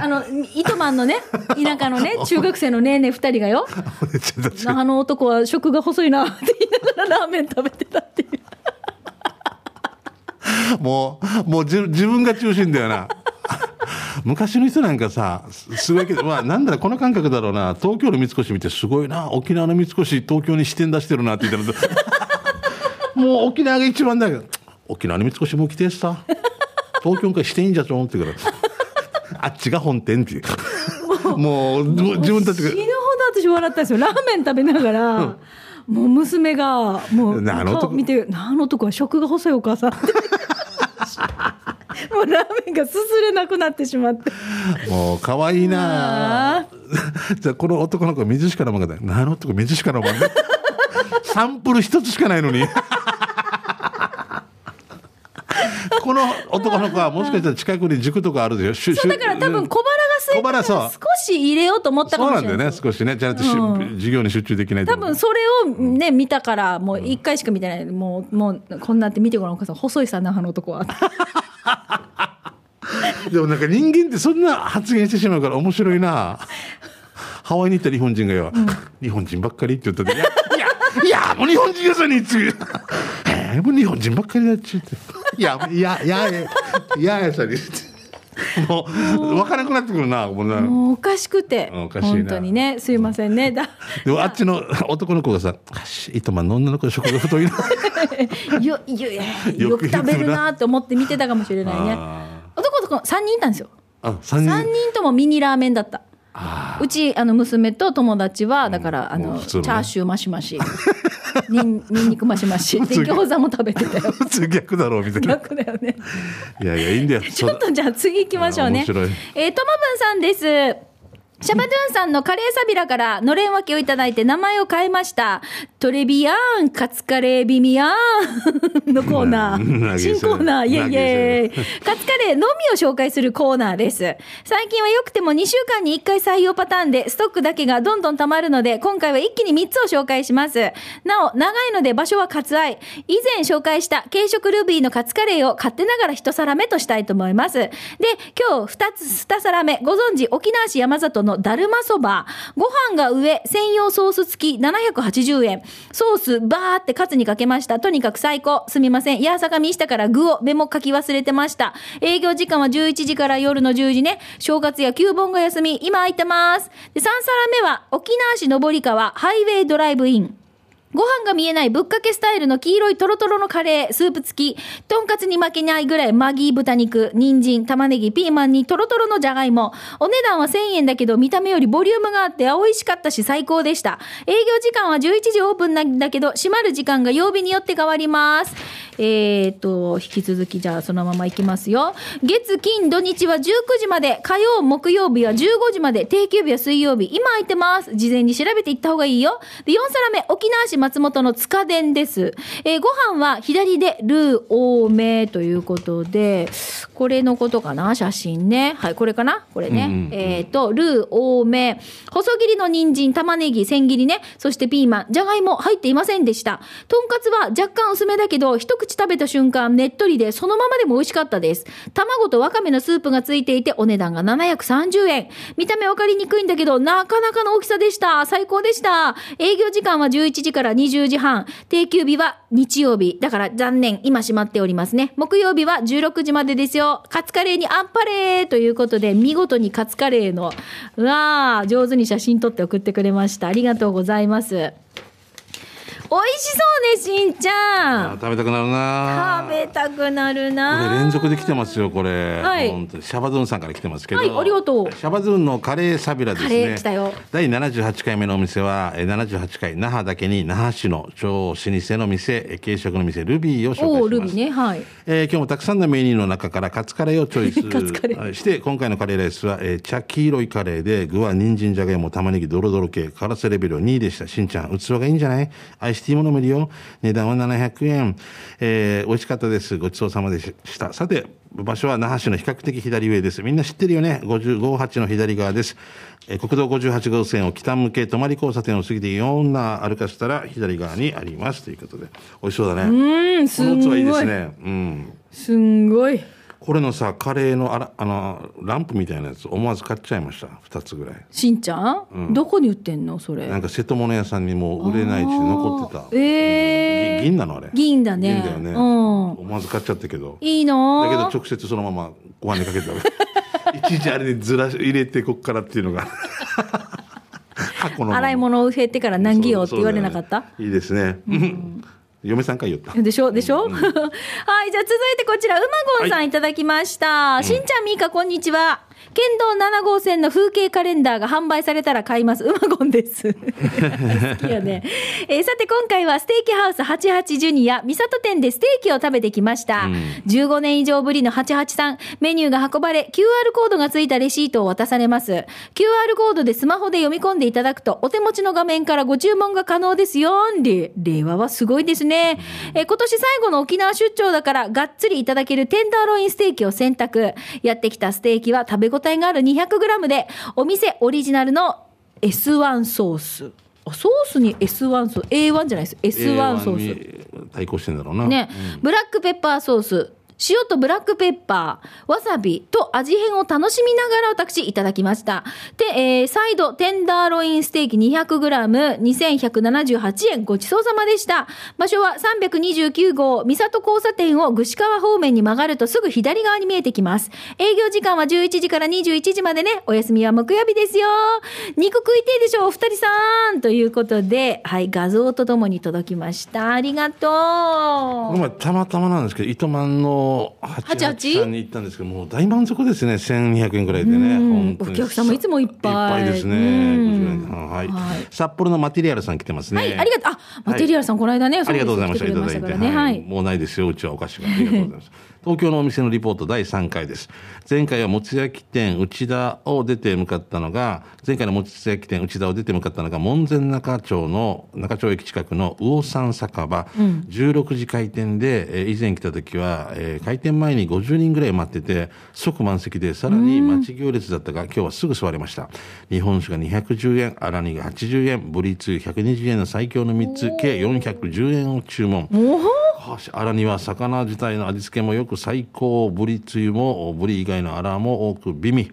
の糸満のね田舎のね中学生のねえねえ2人がよ
俺ちょっと
那覇の男は食が細いなって言いながらラーメン食べてたっていう
もう、もうじ自分が中心だよな。 昔の人なんかさ、すすごいけど、まあ、なんだろうこの感覚だろうな。東京の三越見てすごいな。沖縄の三越、東京に支店出してるなって言ったら、 もう沖縄が一番だけど、沖縄の三越も来てさ、東京から支店じゃちょんって言うから、あっちが本店っていう。もう、もう 自分たちが
死ぬ、ほど私笑ったんですよラーメン食べながら、もう娘がもう
那覇の男
顔見て「那覇の男は食が細いお母さん」って もうラーメンがすすれなくなってしまって
もう可愛いな
あ。
じゃあこの男の子水しか飲まんかった。なの 男水しか飲まんかった。サンプル一つしかないのに。 この男の子はもしかしたら近くに塾とかあるでしょ。しゅ
そうだから多分小腹が空いた
小
から
腹
少
そ
し入れようと思ったか
そう
も
な
し
ん
れ
だよ
ない
ね。少しね、じゃなくてし、授業に集中できないと
多
思う
分それをね、見たから、もう一回しか見てない、もう、もう、こんなって見てごらん、お母さん、細いさ、那覇の男は。
でもなんか人間ってそんな発言してしまうから面白いな。ハワイに行った日本人がよ、日本人ばっかりって言った時、いや、いや、いや、もう日本人よそにっつう。えーもう日本人ばっかりだっちゅうって。いや、いや、いや、いや、いや、やさに。もう、わからなくなってくるな、もうな。
もうおかしくて、
うんおかしいな
本当にね、すいませんね、だ。
でもあっちの男の子がさ、あし糸満の女の子の食が太いな。
よ、よ、よ
よ
く
く
食べるなって思って見てたかもしれないね。男の子、三人いたんですよ。
あ、三
三
人。
人ともミニラーメンだった。
あ
うちあの娘と友達はだから、あ
も
の
う普
チ
通
ャ
のね
ーシューマシマシにんにんにくマシマシで
普通
餃子も食べてたよ
ー普通逆だろうみたいな。
逆だよね
いやいや、いいんだ よ。
ちょっとじゃあ次行きましょう
あ
ね
ー面白い。
えー、トマブンさんです。シャバドゥンさんのカレーサビラからのれん分けをいただいて名前を変えました。トレビアン、カツカレービミア ンのコーナ
うん投
ー。
げ
新
銭
コーナー、イェイイェイ。
投
カツカレーのみを紹介するコーナーです。最近は良くても2週間に1回採用パターンで、ストックだけがどんどん溜まるので、今回は一気に3つを紹介します。なお、長いので場所は割愛。以前紹介した軽食ルビーのカツカレーを買ってながら一皿目としたいと思います。で、今日2つ、2皿目、ご存知、沖縄市山里のだるまそば。ご飯が上、専用ソース付き780円。ソース、バーってカツにかけました。とにかく最高。すみません。八坂見したから具をメモ書き忘れてました。営業時間は11時から夜の10時ね。正月や旧盆が休み。今空いてます。で、3皿目は、沖縄市上川ハイウェイドライブイン。ご飯が見えないぶっかけスタイルの黄色いトロトロのカレー、スープ付き、とんかつに負けないぐらいマギー豚肉、人参、玉ねぎ、ピーマンにトロトロのじゃがいも。お値段は1000円だけど、見た目よりボリュームがあって、美味しかったし最高でした。営業時間は11時オープンなんだけど、閉まる時間が曜日によって変わります。えー、と、引き続きじゃあそのままいきますよ。月、金、土日は19時まで、火曜、木曜日は15時まで、定休日は水曜日、今空いてます。事前に調べていった方がいいよ。で、4皿目、沖縄市松本の塚伝です。えーご飯は左で、ルー多めということで、これのことかな、写真ね。はい、これかなこれね。
うんうんうん
えーと、ルー多め、細切りの人参、玉ねぎ、千切りね、そしてピーマン、じゃがいも入っていませんでした。とんかつは若干薄めだけど、一口食べた瞬間、ねっとりで、そのままでも美味しかったです。卵とわかめのスープがついていて、お値段が730円。見た目わかりにくいんだけど、なかなかの大きさでした。最高でした。営業時間は11時から20時半。定休日は日曜日。だから残念、今閉まっておりますね。木曜日は16時までですよ。カツカレーにあんぱれーということで、見事にカツカレーの、うわー、上手に写真撮って送ってくれました。ありがとうございます。美味しそうねしんちゃ
あ
ん
食べたくなるな
食べたくなる
こ
な
れ連続で来てますよこれ、
はい
本当にシャバドゥンさんから来てますけど、
はいありがとう
シャバドゥンのカレーサビラですね
カレー来たよ
第78回目のお店はえー78回那覇だけに那覇市の超老舗の店えー軽食の店ルビーを紹介します
おおルビーねはい
えー今日もたくさんのメニューの中からカツカレーをチョイス
カツカレー
はいして今回のカレーライスは、えー茶黄色いカレーで具は人参じゃがいも玉ねぎドロドロ系辛さレベル2でしたしんちゃん器がいいんじゃないアイスティーも飲めるよ値段は700円、えー美味しかったですごちそうさまでしたさて場所は那覇市の比較的左上ですみんな知ってるよね558の左側ですえー国道58号線を北向け泊交差点を過ぎて4な歩かせたら左側にありますということで美味しそうだね
うんす
この
ん
器いいで
ご
す
い
ね。うん。
すんごい
これのさ、カレーのあらあの、ランプみたいなやつ、思わず買っちゃいました。二つぐらい。
しんちゃん、どこに売ってんのそれ
なんか瀬戸物屋さんにもう売れないし、残ってた。
ええ
銀銀なのあれ。
銀だね
銀だよね。
うん
思わず買っちゃったけど。
いいの
だけど直接そのままご飯にかけて た。いちいちあれにずらし入れてこっからっていうのが。箱のまま
洗い物を減ってから難儀よって言われなかった、
そうそうだよねいいですね。 嫁さんから言った。
でしょでしょ、 はい、じゃあ続いてこちら、うまごんさんいただきました。しんちゃん、みーか、こんにちは。県道7号線の風景カレンダーが販売されたら買います。うまごんです。好きよね。えーさて、今回はステーキハウス88ジュニア、三里店でステーキを食べてきました。15年以上ぶりの88さん、メニューが運ばれ、QR コードがついたレシートを渡されます。QR コードでスマホで読み込んでいただくと、お手持ちの画面からご注文が可能ですよ。れ令和はすごいですね。えー今年最後の沖縄出張だから、がっつりいただけるテンダーロインステーキを選択。やってきたステーキは食べ応えがある 200g で、お店オリジナルの S1 ソース。あソースに S1 ソース、A1 じゃないです。S1 ソース。
ス。対抗してんだろうな。
ね、ブラックペッパーソース塩とブラックペッパー、わさびと味変を楽しみながら私いただきました。で、えー、再度、テンダーロインステーキ 200g2178 円ごちそうさまでした。場所は329号、三里交差点を串川方面に曲がるとすぐ左側に見えてきます。営業時間は11時から21時までね、お休みは木曜日ですよ。肉食いてえでしょ、お二人さんということで、はい、画像とともに届きました。ありがとう。
この前たまたまなんですけど糸満の88さんに行ったんですけどもう大満足ですね1200円ぐらいでね、本当に
お客様いつもいっぱい
いっぱいですね、
うん
50円はい
はい
札幌のマテリアルさん来てますね
はい、ありがとう。あ、マテリアルさん、この間ね、
ありがとうございました。
そ
いた
う
だ
です
い
来てく
て、
れましたからね。は
はい
い。
もうないですよ。うちはお菓子が。ありがとうございます。東京のお店のリポート第3回です。前回はもつ焼き店内田を出て向かったのが、前回のもつ焼き店内田を出て向かったのが、門前仲町の、中町駅近くの魚山酒場、16時開店で、えー以前来た時は、えー開店前に50人ぐらい待ってて、即満席で、さらに待ち行列だったが、今日はすぐ座れました。日本酒が210円、アラニが80円、ブリーツ120円の最強の3つ、計410円を注文。はしアラには魚自体の味付けもよく最高ブリつゆもブリ以外のアラも多く美味、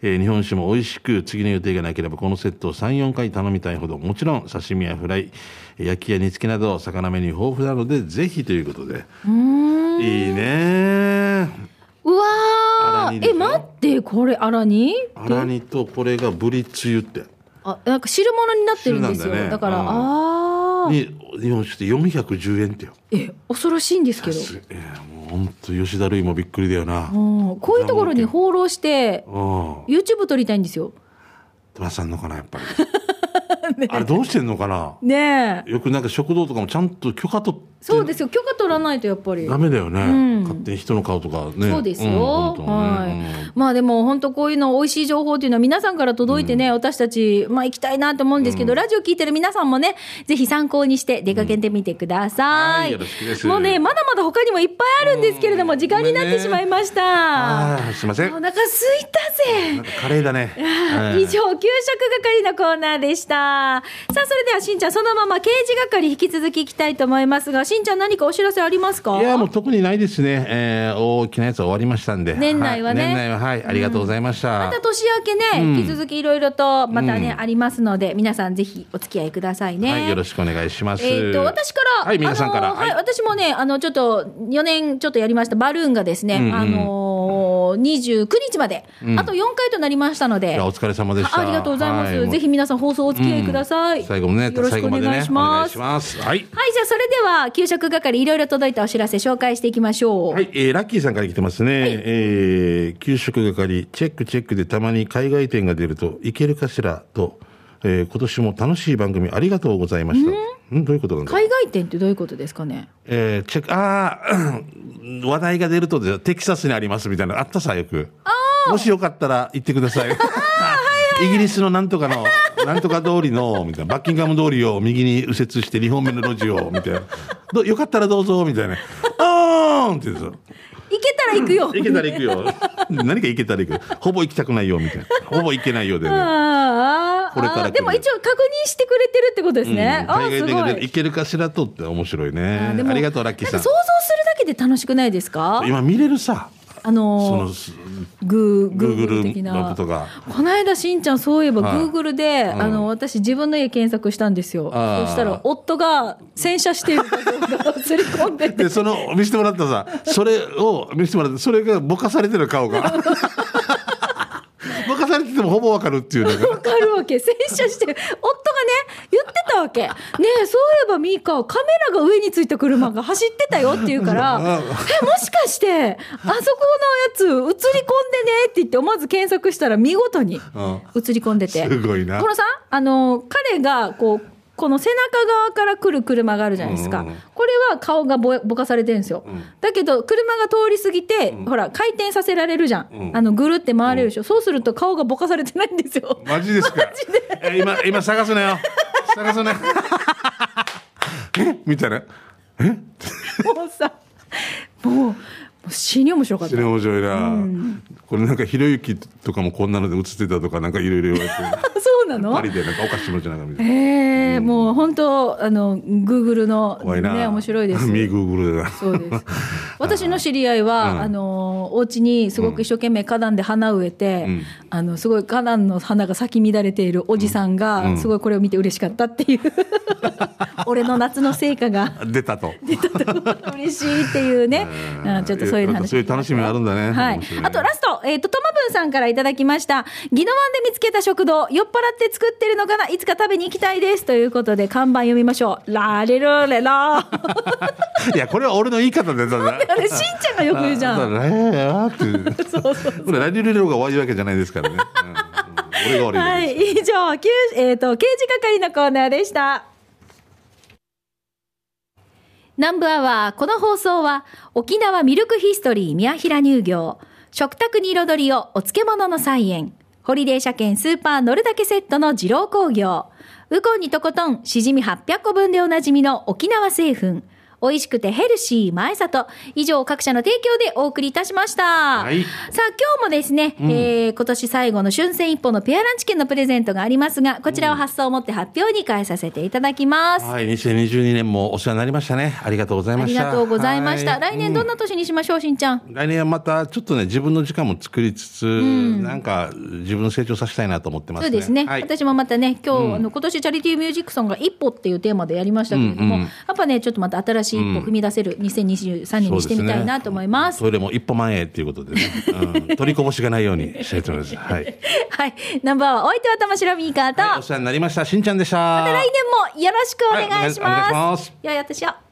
えー日本酒も美味しく次の予定がなければこのセットを34回頼みたいほどもちろん刺身やフライえー焼きや煮付けなど魚メニュー豊富なのでぜひということでいいね
うわ
アラニ
ー
でし
え、
ょ
待って、これ、アラに
アラにとこれがブリつゆって
あ、なんか汁物になってるんです
汁
よ。
なん
だ
だね
から、
うん
ああ。
に日本酒って410円ってよ
え、恐ろしいんですけど。
えーもう本当吉田類もびっくりだよな
うんこういうところに放浪して、
うん
YouTube 撮りたいんですよ。
トラさんのかなやっぱ り、あれどうしてんのかな
ねえ。
よくなんか食堂とかもちゃんと許可取って
そうですよ。許可取らないと、やっぱり。
ダメだよね、
ん
勝手に人の顔とかね
そうですよ、
うん本当
は
ね
いまあでも本当こういうの美味しい情報というのは皆さんから届いてね、私たち、まあ、行きたいなと思うんですけど、ラジオ聞いてる皆さんもねぜひ参考にして出かけてみてください,、
うんはいよろしくです
もうねまだまだ他にもいっぱいあるんですけれども、時間になってしまいました、
ああすいません
お
なんか
腹すいたぜ
カレーだ ねはい
以上、給食係のコーナーでした。さあ、それではしんちゃん、そのまま刑事係引き続きいきたいと思いますが、しんちゃん何かお知らせありますか
いやもう特にないですね、えー大きなやつは終わりましたんで
年内はね
い年内ははいありがとうございました、
また年明けね、引き続きいろいろとまたね、ありますので皆さんぜひお付き合いくださいね。
はいよろしくお願いします
えー、と私から、
はい皆さんから
あのーはい
はい
私もね、あのちょっと4年ちょっとやりましたバルーンがですね、あのー29日まで、あと4回となりましたの
い
で
や、お疲れ様でした。
あありがとうございます、
は
ぜひ皆さん放送お付き合いください、
最後もね、
よろし
最
く
後
お
までね、
願いします
ます。はい。
はい、じゃあそれでは、給食係いろいろ届いたお知らせ紹介していきましょう。
はい、えーラッキーさんから来てますね。えー給食係、チェックチェックでたまに海外店が出ると、いけるかしらと、えー今年も楽しい番組ありがとうございました。んどういうことなんだ
海外店ってどういうことですかね。
えーチェック、ああ、話題が出るとで、テキサスにありますみたいな、あったさ、よく。もしよかったら行ってください。イギリスのなんとかの、なんとか通りの、みたいな、バッキンガム通りを右に右折して2本目の路地を、みたいな。どよかったらどうぞ、みたいな。あーんって言うんですよ。
行けたら行くよ。
行けたら行くよ。 何か行けたら行く。ほぼ行きたくないよ、みたいな。ほぼ行けないようでね。うん
あーあー
これから来る
あーでも一応確認してくれてるってことですね。あ
海
ー
外
す
で
ごい。
行けるかしらとって面白いね。
でも
ありがとう、ラッキーさ
なんか想
ん。
像するだけで楽しくないですか。
今見れるさ、
あ
そ
の
の
ー、グーグーグル
Google
的
マッ
な
プ。とか。
この間しんちゃんそういえばグ
はい
ーグルで、
ん
あの私自分の家検索したんですよ。
あー
そしたら夫が洗車している画像が映り込んでて
で、。その、見せてもらったさ、それを見せてもらって、それがぼかされてる顔が。 ぼかされててもほぼわかるっていうの
わかるわけ洗車してる夫がね言ってたわけねえそういえばミーカカメラが上についた車が走ってたよって言う からえもしかしてあそこのやつ映り込んでねって言って思わず検索したら見事に
が。
映り込んでて
すごいな
こ。のさあの彼がこうこの背中側から来る車があるじゃないですか、
うんうんうん
これは顔がぼぼかされてるんですよ、だけど車が通り過ぎて、ほら回転させられるじゃん、
うん
あのぐるって回れるでしょ、そうすると顔がぼかされてないんですよ
マジですか。え今、今探すなよ。探すなよ。えみたいな。
もうさもうもう死に面白かっ
そ
た
れ面白いな、これなんかひろゆきとかもこんなので映ってたとかなんかいろいろ言われて
そうなの
パリでなんかおかしいのじゃないか みたいな
えー、もう本当あのグーグルの
怖いな、
ね面白いです
ミーグーグルでな
そう です。私の知り合いは、
うん
あのお家にすごく一生懸命花壇で花を植えて、
うん
あのすごい花壇の花が咲き乱れているおじさんが、
うん
すごいこれを見て嬉しかったって いう俺の夏の成果が
出たと
出た と嬉しいっていうね、うんちょっとそういう
えなんか
話
そういう楽しみあるんだね
はい
面白い。ね
あとラスト、えっ、と、トマブンさんからいただきました。ギノワンで見つけた食堂、酔っ払って作ってるのかな、いつか食べに行きたいです。ということで、看板読みましょう。ラレルレ ラー。
いやこれは俺の言い方でたな
あれ、しんちゃんがよく言うじゃん。
ララーって
そうそう。
これラリルレロが悪いわけじゃないですからね、うんうん俺が悪いだ
は
けです
い、以上、きゅうえっ、と、刑事係のコーナーでした。南部アワー、この放送は、沖縄ミルクヒストリー宮平乳業、食卓に彩りをお漬物の菜園、ホリデー車検スーパー乗るだけセットの二郎工業、ウコンにとことん、しじみ800個分でおなじみの沖縄製粉、美味しくてヘルシー前里、以上各社の提供でお送りいたしました。
はい
さあ、今日もですね、えー今年最後の春戦一歩のペアランチ券のプレゼントがありますが、こちらを発送をもって発表に変えさせていただきます。
はい、2022年もお世話になりましたねありがとうござい
あ
ま
り
した
がとうございました。
は
来年どんな年にしましょう、しんちゃん。
来年はまたちょっとね自分の時間も作りつつ、なんか自分の成長させたいなと思ってます
そ
ね
うですね、
はい、
私もまたね、今日、あの今年チャリティーミュージックソンが一歩っていうテーマでやりましたけれども、
うんう
や
ん
っぱね、ちょっとまた新しい一歩踏み出せる2023年にしてみたいなと思います。
そうですね、トイレも一歩前へということでね、 うん、取りこぼしがないようにしたいと思います。はい。
はい、ナンバーワン、お相手は玉城ミーカーと、
お世話になりました。しんちゃんでした。
来
ま
年もよろしくお願いします。
はいお願いします
良いお年を。